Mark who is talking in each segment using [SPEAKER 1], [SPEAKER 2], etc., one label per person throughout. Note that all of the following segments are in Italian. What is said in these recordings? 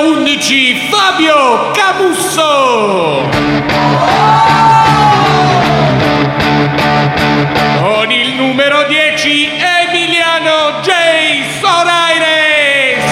[SPEAKER 1] amici, Fabio Camusso! Con il numero 10, Emiliano J. Soraires!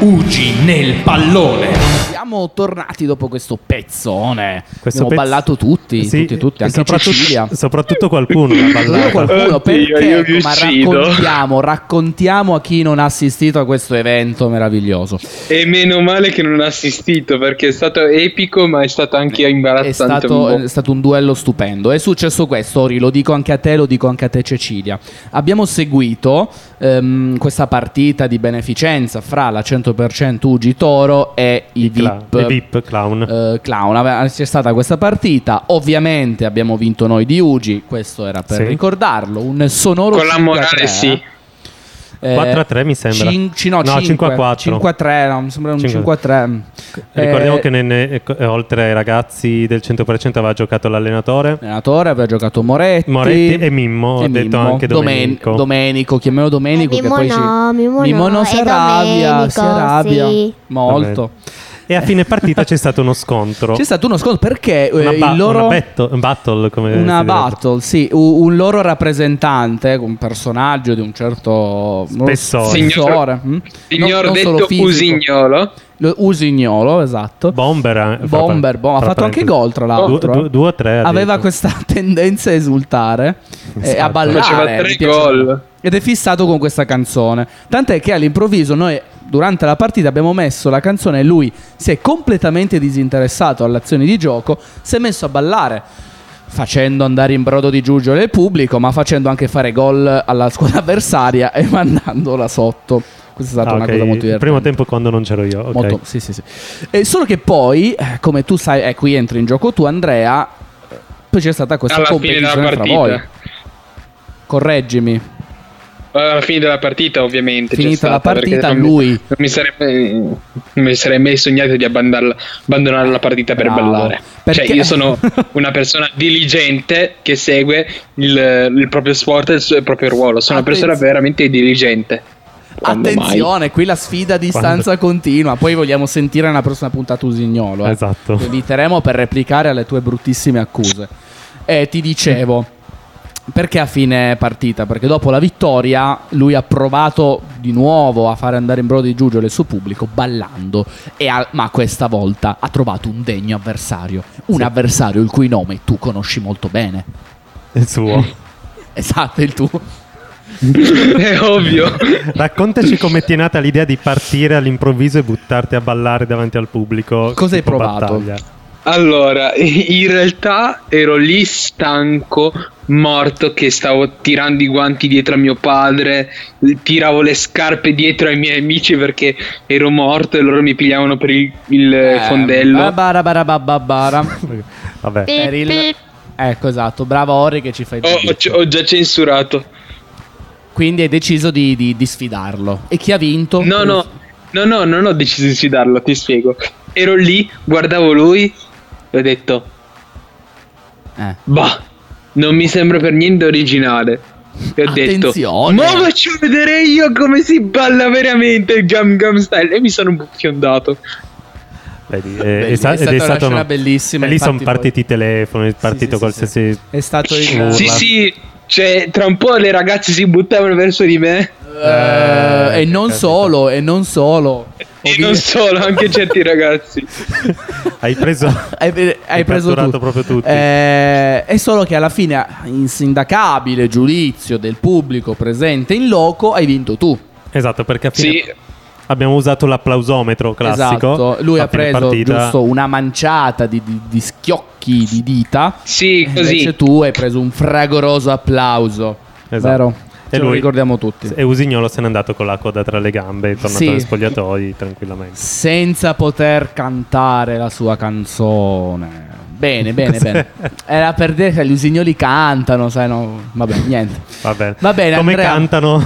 [SPEAKER 1] Ugi nel pallone!
[SPEAKER 2] Siamo tornati dopo questo pezzone.
[SPEAKER 3] Questo
[SPEAKER 2] Abbiamo
[SPEAKER 3] pezzo-
[SPEAKER 2] ballato tutti,
[SPEAKER 3] Sì,
[SPEAKER 2] tutti, tutti,
[SPEAKER 3] e
[SPEAKER 2] anche
[SPEAKER 3] soprattutto,
[SPEAKER 2] Cecilia.
[SPEAKER 3] Soprattutto qualcuno l'ha
[SPEAKER 2] Allora
[SPEAKER 3] ballato.
[SPEAKER 2] qualcuno
[SPEAKER 4] Oddio, io
[SPEAKER 2] perché
[SPEAKER 4] vi
[SPEAKER 2] ma
[SPEAKER 4] uccido.
[SPEAKER 2] raccontiamo, raccontiamo a chi non ha assistito a questo evento meraviglioso.
[SPEAKER 4] E meno male che non ha assistito perché è stato epico, ma è stato anche
[SPEAKER 2] È
[SPEAKER 4] imbarazzante. un
[SPEAKER 2] stato, eh,
[SPEAKER 4] po'.
[SPEAKER 2] è stato un duello stupendo. È successo questo, Ori, lo dico anche a te, lo dico anche a te Cecilia. Abbiamo seguito ehm, questa partita di beneficenza fra la 100% Ugi Toro e i
[SPEAKER 3] Cla-
[SPEAKER 2] VIP.
[SPEAKER 3] e Vip, clown.
[SPEAKER 2] eh, clown, Ave- c'è stata questa partita. Ovviamente abbiamo vinto noi di Ugi. Questo era per
[SPEAKER 3] Sì.
[SPEAKER 2] ricordarlo. Un sonoro
[SPEAKER 4] Con la
[SPEAKER 2] 5 a
[SPEAKER 4] morale
[SPEAKER 2] 3,
[SPEAKER 4] sì.
[SPEAKER 2] eh.
[SPEAKER 3] 4 a 3 mi sembra.
[SPEAKER 2] Cin- ci- no,
[SPEAKER 3] No,
[SPEAKER 2] 5,
[SPEAKER 3] 5 a 4.
[SPEAKER 2] 5 a 3, no, mi sembra un 5,
[SPEAKER 3] 5
[SPEAKER 2] a 3. Eh,
[SPEAKER 3] Ricordiamo che ne- ne- ecco, eh, oltre ai ragazzi del 100% aveva giocato l'allenatore.
[SPEAKER 2] L'allenatore aveva giocato Moretti,
[SPEAKER 3] Moretti e Mimmo,
[SPEAKER 2] e
[SPEAKER 3] ho detto
[SPEAKER 2] Mimmo.
[SPEAKER 3] anche
[SPEAKER 2] Domen-
[SPEAKER 3] Domenico.
[SPEAKER 2] Domenico, chiamiamolo Domenico.
[SPEAKER 5] Eh,
[SPEAKER 2] che
[SPEAKER 5] Mimmo
[SPEAKER 2] poi
[SPEAKER 5] no,
[SPEAKER 2] ci...
[SPEAKER 5] Mimmo no,
[SPEAKER 2] non si
[SPEAKER 5] è
[SPEAKER 2] arrabbia, si
[SPEAKER 5] Domenico,
[SPEAKER 2] arrabbia
[SPEAKER 5] sì.
[SPEAKER 2] molto.
[SPEAKER 3] E a fine partita c'è stato uno scontro.
[SPEAKER 2] C'è stato uno scontro perché eh,
[SPEAKER 3] Una, ba-
[SPEAKER 2] il loro...
[SPEAKER 3] una battle, un battle, come
[SPEAKER 2] Una
[SPEAKER 3] Eh, si direbbe.
[SPEAKER 2] battle, sì, u- un loro rappresentante, un personaggio di un certo
[SPEAKER 3] Spessore.
[SPEAKER 2] spessore,
[SPEAKER 4] Signor,
[SPEAKER 2] mm? Non-
[SPEAKER 4] signor
[SPEAKER 2] non solo
[SPEAKER 4] detto
[SPEAKER 2] fisico.
[SPEAKER 4] usignolo.
[SPEAKER 2] Lo- Usignolo, esatto.
[SPEAKER 3] Bomber, eh, fra-
[SPEAKER 2] Bomber, Bomber. ha
[SPEAKER 3] fra
[SPEAKER 2] fatto anche
[SPEAKER 3] parentesi.
[SPEAKER 2] gol tra l'altro. eh.
[SPEAKER 3] Due- due- due o tre, ha
[SPEAKER 2] Aveva
[SPEAKER 3] detto.
[SPEAKER 2] questa tendenza a esultare e
[SPEAKER 3] Esatto.
[SPEAKER 2] a ballare.
[SPEAKER 4] Faceva
[SPEAKER 2] mi
[SPEAKER 4] tre
[SPEAKER 2] piace.
[SPEAKER 4] gol.
[SPEAKER 2] Ed è fissato con questa canzone. Tant'è che all'improvviso noi durante la partita abbiamo messo la canzone e lui si è completamente disinteressato all'azione di gioco, si è messo a ballare. Facendo andare in brodo di giuggiole il pubblico, ma facendo anche fare gol alla squadra avversaria e mandandola sotto. Questa è
[SPEAKER 3] Ah,
[SPEAKER 2] stata
[SPEAKER 3] ok.
[SPEAKER 2] una cosa molto divertente.
[SPEAKER 3] Il primo tempo quando non c'ero io. ok.
[SPEAKER 2] Molto- sì, sì, sì. Eh, solo che poi, eh, come tu sai, e qui entri in gioco tu, Andrea. eh, Poi c'è stata questa
[SPEAKER 4] Alla fine della
[SPEAKER 2] competizione fra voi.
[SPEAKER 4] partita.
[SPEAKER 2] Correggimi.
[SPEAKER 4] Alla fine della partita, ovviamente. c'è
[SPEAKER 2] Finita la
[SPEAKER 4] stata, perché
[SPEAKER 2] partita,
[SPEAKER 4] non mi-
[SPEAKER 2] lui.
[SPEAKER 4] Non mi, sarebbe, non mi sarei mai sognato di abbandonarla- abbandonare la partita per
[SPEAKER 2] Bravo.
[SPEAKER 4] ballare.
[SPEAKER 2] Perché-
[SPEAKER 4] Cioè, io sono una persona diligente che segue il, il proprio sport e il, suo, il proprio ruolo. Sono una
[SPEAKER 2] Attenzione.
[SPEAKER 4] persona veramente diligente. Quando mai?
[SPEAKER 2] Attenzione, qui la sfida a distanza continua. Poi vogliamo sentire nella prossima puntata Usignolo. eh.
[SPEAKER 3] Esatto.
[SPEAKER 2] Lo Eviteremo per replicare alle tue bruttissime accuse. E ti dicevo. Perché a fine partita? Perché dopo la vittoria lui ha provato di nuovo a fare andare in brodo di Giugio il suo pubblico ballando, e ha- ma questa volta ha trovato un degno avversario, un avversario il cui nome tu conosci molto bene.
[SPEAKER 3] Il suo.
[SPEAKER 2] Esatto, il tuo.
[SPEAKER 4] È ovvio.
[SPEAKER 3] Raccontaci come ti è nata l'idea di partire all'improvviso e buttarti a ballare davanti al pubblico.
[SPEAKER 2] Cosa hai
[SPEAKER 3] tipo
[SPEAKER 2] provato?
[SPEAKER 3] battaglia.
[SPEAKER 4] Allora, in realtà ero lì stanco, morto, che stavo tirando i guanti dietro a mio padre, tiravo le scarpe dietro ai miei amici perché ero morto e loro mi pigliavano per il, il fondello.
[SPEAKER 2] Eh, barabarabarababara.
[SPEAKER 3] Vabbè.
[SPEAKER 2] per il... Ecco, esatto, bravo Ori che ci fai
[SPEAKER 4] Ho, Oh, ho-
[SPEAKER 2] vedere.
[SPEAKER 4] ho già censurato.
[SPEAKER 2] Quindi hai deciso di, di- di sfidarlo. E chi ha vinto?
[SPEAKER 4] No, no, no, no, non ho deciso di sfidarlo, ti spiego. Ero lì, guardavo lui e ho detto,
[SPEAKER 2] Eh.
[SPEAKER 4] bah, non mi sembra per niente originale. E ho detto,
[SPEAKER 2] Attenzione.
[SPEAKER 4] ma faccio vedere io come si balla veramente il Gum Gum Style. E mi sono buffiondato.
[SPEAKER 3] Vedi, eh,
[SPEAKER 2] Belli-
[SPEAKER 3] è,
[SPEAKER 2] è
[SPEAKER 3] sta- ed
[SPEAKER 2] stata una scena
[SPEAKER 3] una-
[SPEAKER 2] bellissima,
[SPEAKER 3] E lì sono
[SPEAKER 2] infatti poi-
[SPEAKER 3] partiti i telefoni, è partito
[SPEAKER 2] sì,
[SPEAKER 3] qualsiasi.
[SPEAKER 2] È stato il...
[SPEAKER 3] Urla.
[SPEAKER 4] Sì, sì, cioè, tra un po' le ragazze si buttavano verso di me.
[SPEAKER 2] Eh, e non
[SPEAKER 3] capito.
[SPEAKER 2] solo, e non solo.
[SPEAKER 4] E non solo, anche certi ragazzi.
[SPEAKER 3] Hai preso.
[SPEAKER 2] Hai, hai
[SPEAKER 3] Hai
[SPEAKER 2] preso
[SPEAKER 3] catturato
[SPEAKER 2] tutto.
[SPEAKER 3] proprio tutti.
[SPEAKER 2] Eh, è solo che alla fine, insindacabile giudizio del pubblico presente in loco, hai vinto tu.
[SPEAKER 3] Esatto, perché a fine
[SPEAKER 4] Sì,
[SPEAKER 3] abbiamo usato l'applausometro classico.
[SPEAKER 2] Esatto. Lui
[SPEAKER 3] a
[SPEAKER 2] ha
[SPEAKER 3] fine
[SPEAKER 2] preso
[SPEAKER 3] partita.
[SPEAKER 2] giusto una manciata di- di- di schiocchi di dita.
[SPEAKER 4] sì,
[SPEAKER 2] Invece
[SPEAKER 4] così.
[SPEAKER 2] tu hai preso un fragoroso applauso.
[SPEAKER 3] Esatto.
[SPEAKER 2] Vero?
[SPEAKER 3] E
[SPEAKER 2] Ce lo
[SPEAKER 3] lui-
[SPEAKER 2] ricordiamo tutti.
[SPEAKER 3] E Usignolo se n'è andato con la coda tra le gambe, è tornato
[SPEAKER 2] Sì.
[SPEAKER 3] agli spogliatoi tranquillamente.
[SPEAKER 2] Senza poter cantare la sua canzone. Bene, bene,
[SPEAKER 3] Cos'è?
[SPEAKER 2] bene. Era per dire che gli usignoli cantano, sai, no? Vabbè, niente.
[SPEAKER 3] Va bene.
[SPEAKER 2] Va bene,
[SPEAKER 3] Come
[SPEAKER 2] Andrea.
[SPEAKER 3] cantano?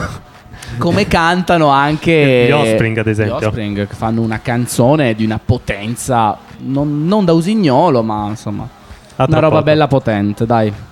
[SPEAKER 2] Come cantano anche
[SPEAKER 3] Gli Offspring, ad esempio.
[SPEAKER 2] Gli Offspring, che fanno una canzone di una potenza non, non da usignolo, ma insomma,
[SPEAKER 3] A
[SPEAKER 2] una
[SPEAKER 3] tra
[SPEAKER 2] roba
[SPEAKER 3] poco.
[SPEAKER 2] bella potente, dai.